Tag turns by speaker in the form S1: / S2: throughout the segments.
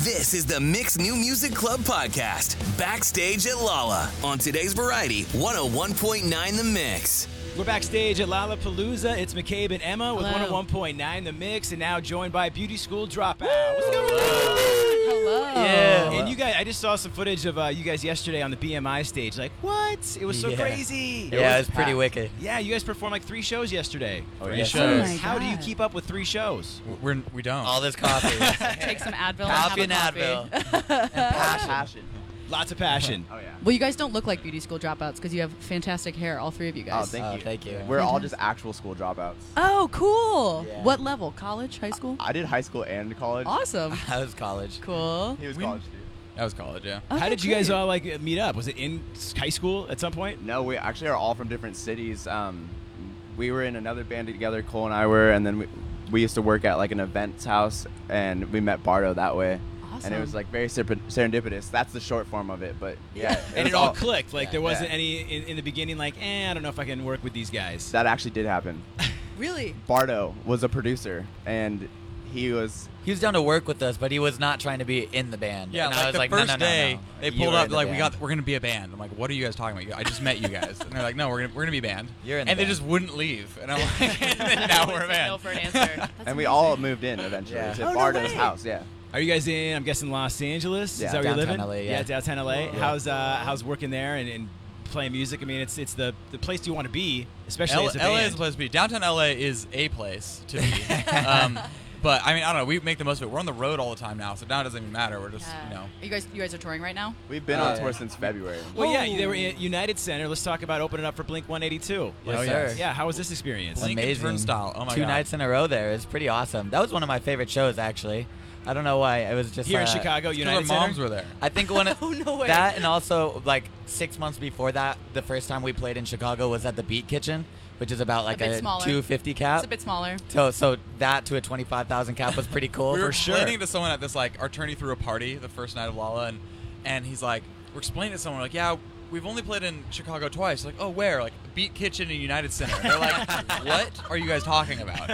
S1: This is the Mix New Music Club podcast, backstage at Lala on today's Variety 101.9 The Mix.
S2: We're backstage at Lollapalooza. It's McCabe and Emma with
S3: Hello.
S2: 101.9 The Mix, and now joined by Beauty School Dropout. What's going on?
S3: Hello.
S2: And you guys, I just saw some footage of uh, you guys yesterday on the BMI stage. Like, what? It was so
S4: Yeah.
S2: crazy.
S4: yeah, it was pretty wicked.
S2: Yeah, you guys performed like three shows yesterday.
S5: Three
S3: Oh
S5: shows.
S3: my
S2: How do you
S3: God.
S2: keep up with three shows?
S5: We're, we Oh. don't.
S4: All this coffee.
S3: Take some Advil.
S4: coffee
S3: and have
S4: and
S3: a coffee.
S4: Advil.
S2: Lots of passion.
S3: Well, you guys don't look like beauty school dropouts because you have fantastic hair, all three of you guys.
S6: Oh, thank
S4: Oh,
S6: you.
S4: thank you.
S6: We're all just actual school dropouts.
S3: Oh, cool.
S4: Yeah.
S3: What level? College? High school?
S6: I did high school and college.
S3: Awesome.
S4: That was college.
S3: Cool.
S6: He was
S5: We-
S6: college too.
S5: That was college, yeah.
S2: How
S3: Okay,
S2: did you guys
S3: great.
S2: all like meet up? Was it in high school at some point?
S6: No, we actually are all from different cities. Um, we were in another band together. Cole and I were, and then we, we used to work at like an events house, and we met Bardo that way. And
S3: Awesome.
S6: it was like very serp- serendipitous. That's the short form of it, but yeah.
S2: And
S6: was
S2: it all clicked. Like, there wasn't
S6: Yeah.
S2: any in, in the beginning, like, eh, I don't know if I can work with these guys.
S6: That actually did happen.
S3: Really?
S6: Bardo was a producer, and he was
S4: He was down to work with us, but he was not trying to be in the band.
S5: Yeah,
S4: and
S5: like
S4: I was
S5: the
S4: like,
S5: first
S4: no, no, no,
S5: day,
S4: no.
S5: they
S4: You
S5: pulled
S4: were
S5: up
S4: in
S5: they're
S4: the
S5: like, we
S4: band.
S5: got, we're gonna be a band. I'm like, what are you guys talking about? I just met you guys, and they're like, no, we're gonna, we're gonna be a band.
S4: You're in the
S5: and they
S4: band.
S5: just wouldn't leave, and I'm like, and now we're a band.
S3: for an answer.
S6: and we all moved in eventually
S4: Yeah.
S6: to
S2: Oh, no
S6: Bardo's
S2: way.
S6: house, yeah.
S2: Are you guys in? I'm guessing Los Angeles.
S6: Yeah,
S2: Is that where you're living?
S4: downtown LA, yeah.
S2: downtown LA. How's uh, how's working there and, and playing music? I mean, it's it's the, the place you want to be, especially
S5: L-
S2: as a
S5: LA is
S2: band.
S5: a place to be. Downtown LA is a place to be. um, but I mean, I don't know. We make the most of it. We're on the road all the time now, so now it doesn't even matter. We're just, you know.
S3: You guys, you guys are touring right now.
S6: We've been
S4: Oh,
S6: on
S4: yeah.
S6: tour since February.
S2: well, yeah, they were in United Center. Let's talk about opening up for Blink 182.
S4: Yes,
S5: Oh,
S4: sir.
S2: Yeah, how was this experience?
S5: Blink- Lincoln
S4: Amazing.
S5: Turnstile. Oh my
S4: Two
S5: God.
S4: nights in a row there. It's pretty awesome. That was one of my favorite shows, actually. I don't know why. It was just
S2: Here in
S4: uh,
S2: Chicago,
S5: Because our
S2: United
S5: moms
S2: Center.
S5: were there.
S4: I think one of
S3: Oh, no way.
S4: that and also like six months before that, the first time we played in Chicago was at the Beat Kitchen, which is about like
S3: bit
S4: a,
S3: smaller.
S4: 250 cap.
S3: It's a bit smaller.
S4: So, so that to a 25,000 cap was pretty cool
S5: we were
S4: Oh, for sure.
S5: explaining to someone at this like our attorney threw a party the first night of Lala, and and he's like, we're explaining to someone like, yeah, we've only played in Chicago twice. Like, oh, where? Like Beat Kitchen and United Center. They're like, what are you guys talking about?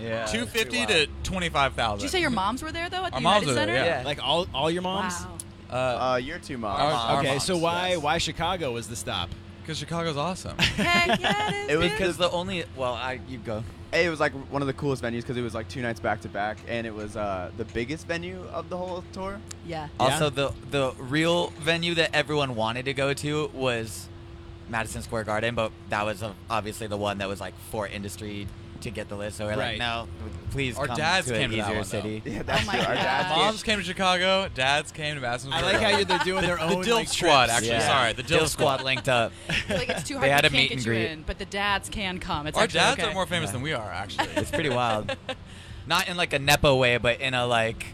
S4: yeah.
S5: Two fifty to twenty five thousand.
S3: Did you say your moms were there though at
S5: Our
S3: the United
S5: moms were there,
S3: Center?
S5: yeah.
S2: Like all all your moms.
S3: Wow.
S5: Uh,
S6: Uh, you're two moms.
S5: Our- our
S2: Okay,
S5: moms,
S2: so why
S5: yes.
S2: why Chicago was the stop?
S5: Because Chicago's awesome.
S3: Heck yeah, it
S6: It
S3: is.
S6: was
S3: dude.
S4: Because the only well, I you go.
S6: Hey, it was like one of the coolest venues because it was like two nights back to back, and it was uh, the biggest venue of the whole tour.
S3: yeah.
S4: Also, the the real venue that everyone wanted to go to was Madison Square Garden, but that was uh, obviously the one that was like for industry to get the list. So we're
S2: Right.
S4: like, no, please.
S5: Our
S4: come
S5: dads
S4: to
S5: came
S4: an
S5: to that
S4: easier
S5: one, though.
S4: city.
S6: Yeah, that's
S3: my
S6: true. Our
S3: God.
S6: dad's
S5: moms came to Chicago. Dads came to Madison.
S2: I
S5: Square
S2: like how
S5: Garden.
S2: you're, they're doing their
S5: the
S2: own
S5: Dill
S2: like,
S5: Squad.
S2: trips.
S5: Actually,
S4: Yeah.
S5: sorry, the Dill,
S4: Dill
S5: Squad.
S4: Squad linked up.
S3: like it's too hard.
S4: They had
S3: we
S4: a
S3: can't
S4: meet
S3: get
S4: and
S3: you
S4: greet.
S3: in, but the dads can come. It's
S5: Our
S3: actually
S5: dads
S3: okay.
S5: are more famous
S4: Yeah.
S5: than we are, actually.
S4: It's pretty wild. Not in like a nepo way, but in a like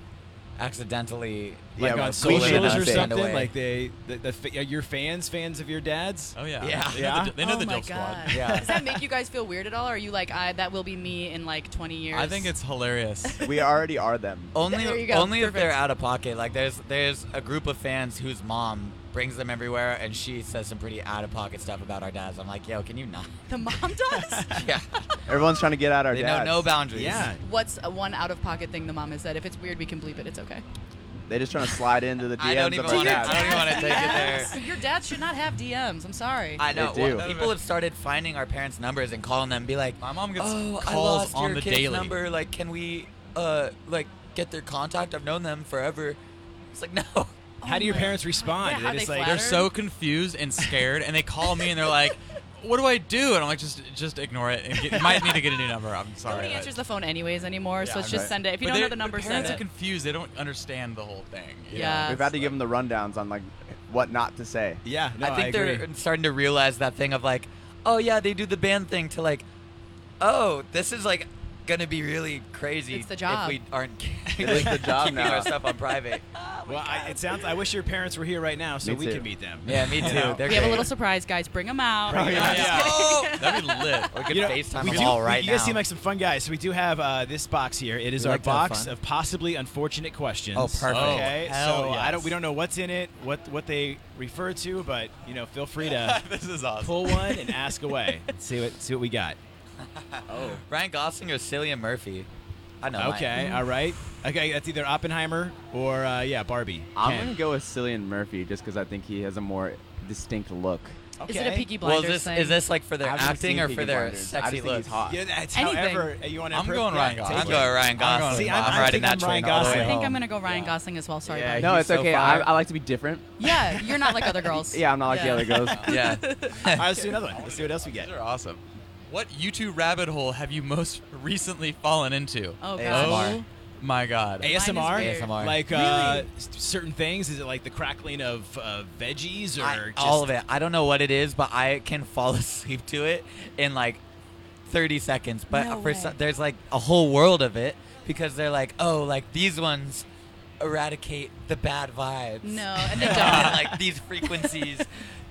S4: accidentally.
S2: Like
S6: Yeah,
S2: on
S6: well,
S4: we should
S2: socials
S4: not
S2: or
S4: say it
S2: something.
S4: away.
S2: Like they, the, the, fa- are your fans fans of your dad's?
S5: Oh yeah,
S4: Yeah.
S5: They know the, they know
S3: oh
S5: the
S3: my
S5: Dill Squad.
S3: God.
S4: Yeah.
S3: Does that make you guys feel weird at all? Or are you like, I that will be me in like 20 years?
S5: I think it's hilarious.
S6: We already are them.
S4: Only,
S3: There you go.
S4: only if they're
S3: Perfect.
S4: out of pocket. Like there's there's a group of fans whose mom brings them everywhere, and she says some pretty out of pocket stuff about our dads. I'm like, yo, can you not?
S3: the mom does.
S4: Yeah,
S6: Everyone's trying to get at our
S4: they know
S6: dads.
S4: no boundaries.
S2: Yeah.
S3: What's a one out of pocket thing the mom has said? If it's weird, we can bleep it. It's okay.
S6: They're just trying to slide into the DMs
S4: I don't even
S6: of our
S4: wanna-
S6: dads.
S4: I don't even want to take it there.
S3: Yes. Your dad should not have DMs. I'm sorry.
S4: I
S6: They
S4: know.
S6: do.
S4: Well, people have started finding our parents' numbers and calling them, and be like,
S5: My mom gets
S4: oh, I
S5: calls
S4: lost
S5: on
S4: your
S5: the
S4: kid's
S5: daily.
S4: number. Like, can we, uh, like, get their contact? I've known them forever. It's like, no.
S2: How do your
S3: Oh my
S2: parents respond?
S3: Yeah,
S2: Do
S3: how
S2: they just
S3: they
S2: like
S3: flatter?
S5: They're so confused and scared, and they call me and they're like, "What do I do?" And I'm like, "Just, just ignore it. And get, you might need to get a new number. I'm sorry."
S3: Nobody
S5: but-
S3: answers the phone anyways anymore,
S5: Yeah,
S3: so let's just
S6: right.
S3: send it. If you
S5: but
S3: don't know
S5: they-
S3: the number, send
S5: parents
S3: it.
S5: are confused. They don't understand the whole thing. you know?
S3: Yeah.
S6: We've had to give them the rundowns on like what not to say.
S2: yeah, no,
S4: I think
S2: agree.
S4: they're starting to realize that thing of like, oh yeah, they do the band thing to like, oh, this is like gonna be really crazy
S3: It's the job.
S4: if we aren't
S6: It is the job
S4: keeping
S6: now.
S4: our stuff on private.
S2: Well, I, it sounds. I wish your parents were here right now so
S6: Me
S2: we
S6: too.
S2: could meet them.
S4: yeah, me too.
S2: know?
S4: They're
S3: we have a
S4: great.
S3: little surprise, guys. Bring them out.
S2: Bring 'em
S5: Yeah,
S2: out.
S5: yeah.
S4: Oh!
S5: That'd be lit.
S4: We could
S2: You know,
S4: FaceTime
S2: we
S4: them
S2: do-
S4: all right
S2: You guys
S4: now.
S2: seem like some fun guys. So we do have uh, this box here. It is
S4: We
S2: our
S4: like to have
S2: box
S4: fun.
S2: of possibly unfortunate questions.
S4: Oh, perfect.
S2: Okay,
S5: Oh, hell
S2: so
S5: yes.
S2: I don't. We don't know what's in it, what what they refer to, but you know, feel free to
S5: this is awesome.
S2: pull one and ask away. see what see what we got.
S4: Ryan Gosling or Cillian Murphy? I know. mine.
S2: Okay, all right. Okay, that's either Oppenheimer or uh, yeah, Barbie.
S6: I'm
S2: Ken.
S6: gonna go with Cillian Murphy just because I think he has a more distinct look.
S3: Is it a
S2: Okay.
S3: Peaky
S4: Well,
S3: Blinders
S4: is this
S3: thing?
S4: is this like for their
S6: I've never
S4: acting
S6: seen
S4: or
S6: Peaky
S4: for their
S6: Blinders. I just
S4: sexy
S6: think he's
S4: looks?
S6: hot.
S2: Yeah, that's
S3: Anything.
S2: however uh, you want to.
S5: I'm going Ryan Gosling.
S4: I'm going Ryan
S5: I'm going-
S4: Gosling.
S2: See,
S4: I'm,
S2: I'm- I'm
S4: riding that
S2: thinking
S4: train
S2: Ryan
S4: all the
S3: I
S4: way
S2: Gosling.
S4: home.
S3: think I'm gonna go Ryan Gosling as well. Sorry.
S4: Yeah,
S3: Yeah,
S6: No,
S4: he's
S6: it's
S4: so
S6: okay.
S4: fire.
S6: I, I like to be different.
S3: yeah, you're not like other girls.
S6: Yeah, I'm not like
S3: Yeah.
S6: the other girls.
S4: yeah.
S2: All right, let's do another one. Let's see what else we get.
S5: These are awesome. What YouTube rabbit hole have you most recently fallen into?
S3: Oh
S4: ASMR.
S3: god.
S5: Oh my god.
S2: ASMR,
S3: weird.
S4: ASMR.
S2: like uh,
S3: Really?
S2: s- certain things. Is it like the crackling of uh, veggies or
S4: I-
S2: just
S4: all of it. I don't know what it is, but I can fall asleep to it in like 30 seconds. But
S3: No
S4: for
S3: way.
S4: some, there's like a whole world of it because they're like, oh, like these ones eradicate the bad vibes.
S3: No, and they
S4: And
S3: don't.
S4: like these frequencies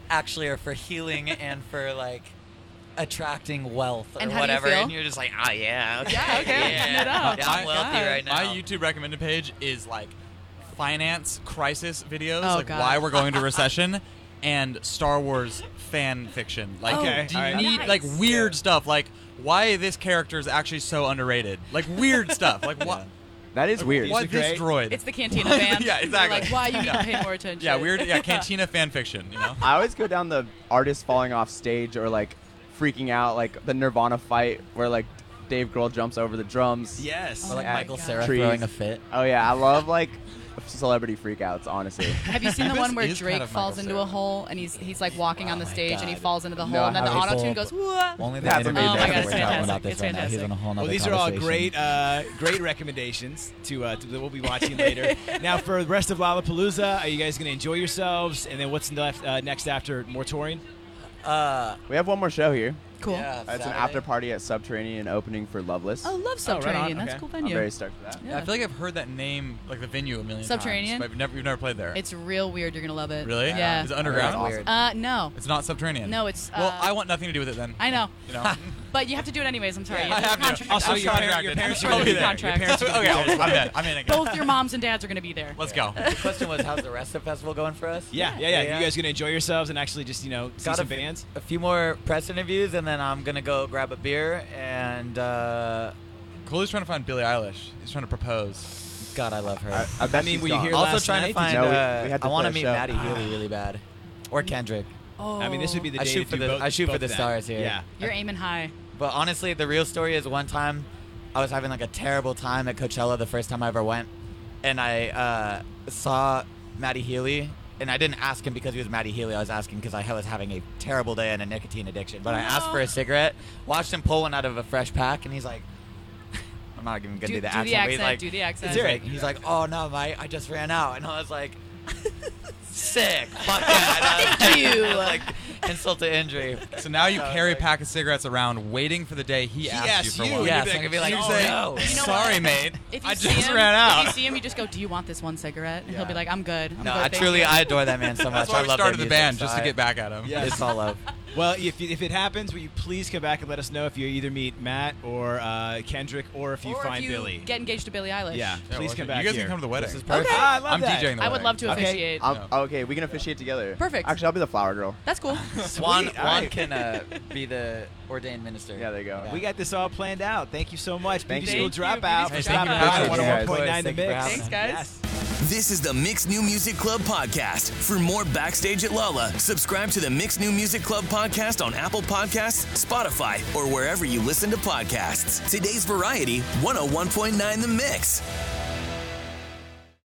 S4: actually are for healing and for like attracting wealth or
S3: And how do you
S4: whatever.
S3: feel?
S4: And you're just like, oh yeah, okay,
S3: Yeah, okay,
S4: yeah,
S3: turn it up.
S4: yeah,
S3: My
S4: I'm wealthy
S3: God.
S4: right now.
S5: My YouTube recommended page is like finance crisis videos,
S3: Oh,
S5: like
S3: God.
S5: why we're going to recession, and Star Wars fan fiction. Like,
S2: Okay,
S5: do you
S2: alright.
S5: need
S3: Oh, Nice.
S5: like weird stuff? Like, why this character is actually so underrated? Like weird stuff. Like what?
S6: That is weird.
S5: Why
S2: These are
S5: this
S2: great.
S5: droid?
S3: It's the cantina band.
S5: Yeah, exactly.
S3: You're like, why you need
S5: Yeah.
S3: to pay more attention?
S5: yeah, weird. Yeah, cantina fan fiction. You know.
S6: I always go down the artist falling off stage or like freaking out, like the Nirvana fight where like Dave Grohl jumps over the drums.
S2: Yes.
S4: Or like
S6: Oh my
S4: Michael
S3: God.
S4: Sarah
S6: Trees.
S4: throwing a fit.
S6: Oh yeah, I love like celebrity freakouts. Honestly,
S3: Have you seen the
S5: This
S3: one where
S5: is kind
S3: Drake
S5: of
S3: falls
S5: Michael
S3: into
S5: Cera.
S3: a hole and he's he's like walking on the
S4: my
S3: stage and he
S4: God.
S3: falls into the hole
S6: No,
S3: and then the
S6: I haven't.
S3: auto tune goes. Whoa.
S4: Only the
S6: That's
S4: interview
S6: amazing. Oh my
S4: that
S6: God,
S4: we're
S6: it's
S4: talking about
S3: fantastic.
S4: this
S3: It's
S4: right now. He's on a whole
S2: Well,
S4: nother
S2: these are all
S4: conversation.
S2: great, uh, great recommendations to uh, to what we'll be watching later. now, for the rest of Lollapalooza, are you guys going to enjoy yourselves? And then what's left uh, next after more touring?
S4: Uh,
S6: we have one more show here.
S3: Cool.
S4: yeah,
S6: It's an
S4: Saturday.
S6: after party at Subterranean opening for Loveless.
S3: Oh, love
S2: Oh, right on,
S3: subterranean. That's
S2: okay.
S3: a cool
S6: I'm
S3: venue.
S6: very stoked for that.
S5: I feel like I've heard that name, like the venue, a million
S3: Subterranean?
S5: times. but I've never, we've never played there.
S3: It's real weird. You're gonna love it.
S5: really?
S3: Yeah.
S5: Is it underground?
S6: That's
S4: Weird.
S3: Uh, no.
S5: It's not subterranean.
S3: No, it's,
S5: well,
S3: uh,
S5: I want nothing to do with it then.
S3: I know,
S5: You know.
S3: but you have to do it anyways. I'm sorry. You
S5: I
S3: have to
S5: have
S3: contract-
S5: to.
S2: Also,
S5: I'm
S2: your parent-
S5: contracted.
S2: your parents
S5: I'm
S3: are gonna be
S5: totally
S3: there.
S5: there.
S3: Your parents
S2: are gonna be
S5: okay,
S2: there.
S5: I'm in. I'm in again.
S3: Both your moms and dads are gonna be there.
S5: Let's go.
S4: The question was, how's the rest of the festival going for us?
S2: Yeah, yeah, yeah.
S4: Yeah, yeah.
S2: You guys going to enjoy yourselves and actually just you know see
S4: Got
S2: some
S4: a f-
S2: bands?
S4: A few more press interviews, and then I'm gonna go grab a beer. And uh,
S5: Cooley's trying to find Billie Eilish. He's trying to propose.
S4: God, I love her.
S6: I, I bet
S2: I mean,
S6: she's
S2: were you
S6: gone.
S2: here
S4: also
S2: last
S4: trying
S2: night,
S4: to
S2: did
S4: find.
S6: you- No, we-
S4: uh,
S6: we had to
S4: I want to
S6: play a
S4: meet
S6: show.
S4: Maddie Healy really bad, or Kendrick.
S3: Oh.
S2: I mean, this would be the
S4: I
S2: day
S4: shoot
S2: to
S4: for
S2: do
S4: the-
S2: both.
S4: I shoot for
S2: both
S4: the
S2: of them.
S4: stars here.
S2: Yeah.
S3: You're aiming high.
S4: But honestly, the real story is one time I was having like a terrible time at Coachella the first time I ever went, and I uh, saw Matty Healy. And I didn't ask him because he was Matty Healy. I was asking because I was having a terrible day and a nicotine addiction. But I asked
S3: No.
S4: for a cigarette, watched him pull one out of a fresh pack, and he's like, I'm not even gonna do,
S3: Do-
S4: the
S3: do
S4: accent.
S3: the
S4: but he's
S3: accent,
S4: like,
S3: do the accent.
S4: He's like, he's like, oh no, mate, I just ran out, and I was like, sick, fuck yeah. And I was
S3: Thank
S4: like-
S3: you.
S4: I was like insult to injury.
S5: So now you
S4: So it's
S5: carry
S4: like-
S5: a pack of cigarettes around, waiting for the day he, asks
S2: asks
S5: you for
S2: you.
S5: one.
S2: Yeah.
S4: Yes, I could be like,
S5: You
S4: oh
S5: say,
S4: no.
S3: know
S5: "Sorry,
S3: what?
S5: mate.
S3: If you
S5: I
S3: see
S5: just
S3: him,
S5: ran out."
S3: If you see him, you just go, "Do you want this one cigarette?" And He'll be like, "I'm good." I'm
S4: No,
S3: good,
S4: I
S3: thank
S4: truly
S3: you."
S4: I adore that man so much.
S5: That's why
S4: I
S5: we
S4: love
S5: started
S4: their
S5: the
S4: music,
S5: band
S4: so
S5: just to
S4: I-
S5: get back at him.
S2: Yeah.
S4: It's all love.
S2: Well, if, if it happens, will you please come back and let us know if you either meet Matt or uh, Kendrick or if you
S3: or
S2: find
S3: if you
S2: Billy.
S3: get engaged to Billie Eilish.
S2: yeah,
S5: Yeah,
S2: please
S5: well,
S2: come back
S5: You guys
S2: here.
S5: can come to the wedding.
S4: This is
S2: Okay,
S4: perfect.
S2: I love
S5: I'm
S2: that.
S5: DJing the
S3: I
S5: wedding.
S3: would love to
S2: Okay.
S3: officiate.
S6: I'm,
S5: No.
S6: Okay, we can officiate together.
S3: Perfect.
S6: Actually, I'll be the flower girl.
S3: That's cool.
S4: Juan,
S2: Sweet, all
S4: Juan
S2: right.
S4: can uh, be the ordained minister.
S6: Yeah, there you go.
S2: We got this all planned out. Thank you so much.
S6: Thank
S2: Beauty
S6: you.
S2: School
S3: Thank you,
S2: Dropout.
S3: Beauty
S2: for
S5: School
S2: stopping
S5: Dropout.
S2: by
S5: Thank you,
S2: on 101.9 The
S6: guys.
S4: Thank you for
S2: Mix.
S4: having us.
S3: Thanks, guys.
S2: Yes.
S1: This is the Mix New Music Club podcast. For more backstage at Lala, subscribe to the Mix New Music Club podcast on Apple Podcasts, Spotify, oh or wherever you listen to podcasts. Today's variety 101.9 The Mix.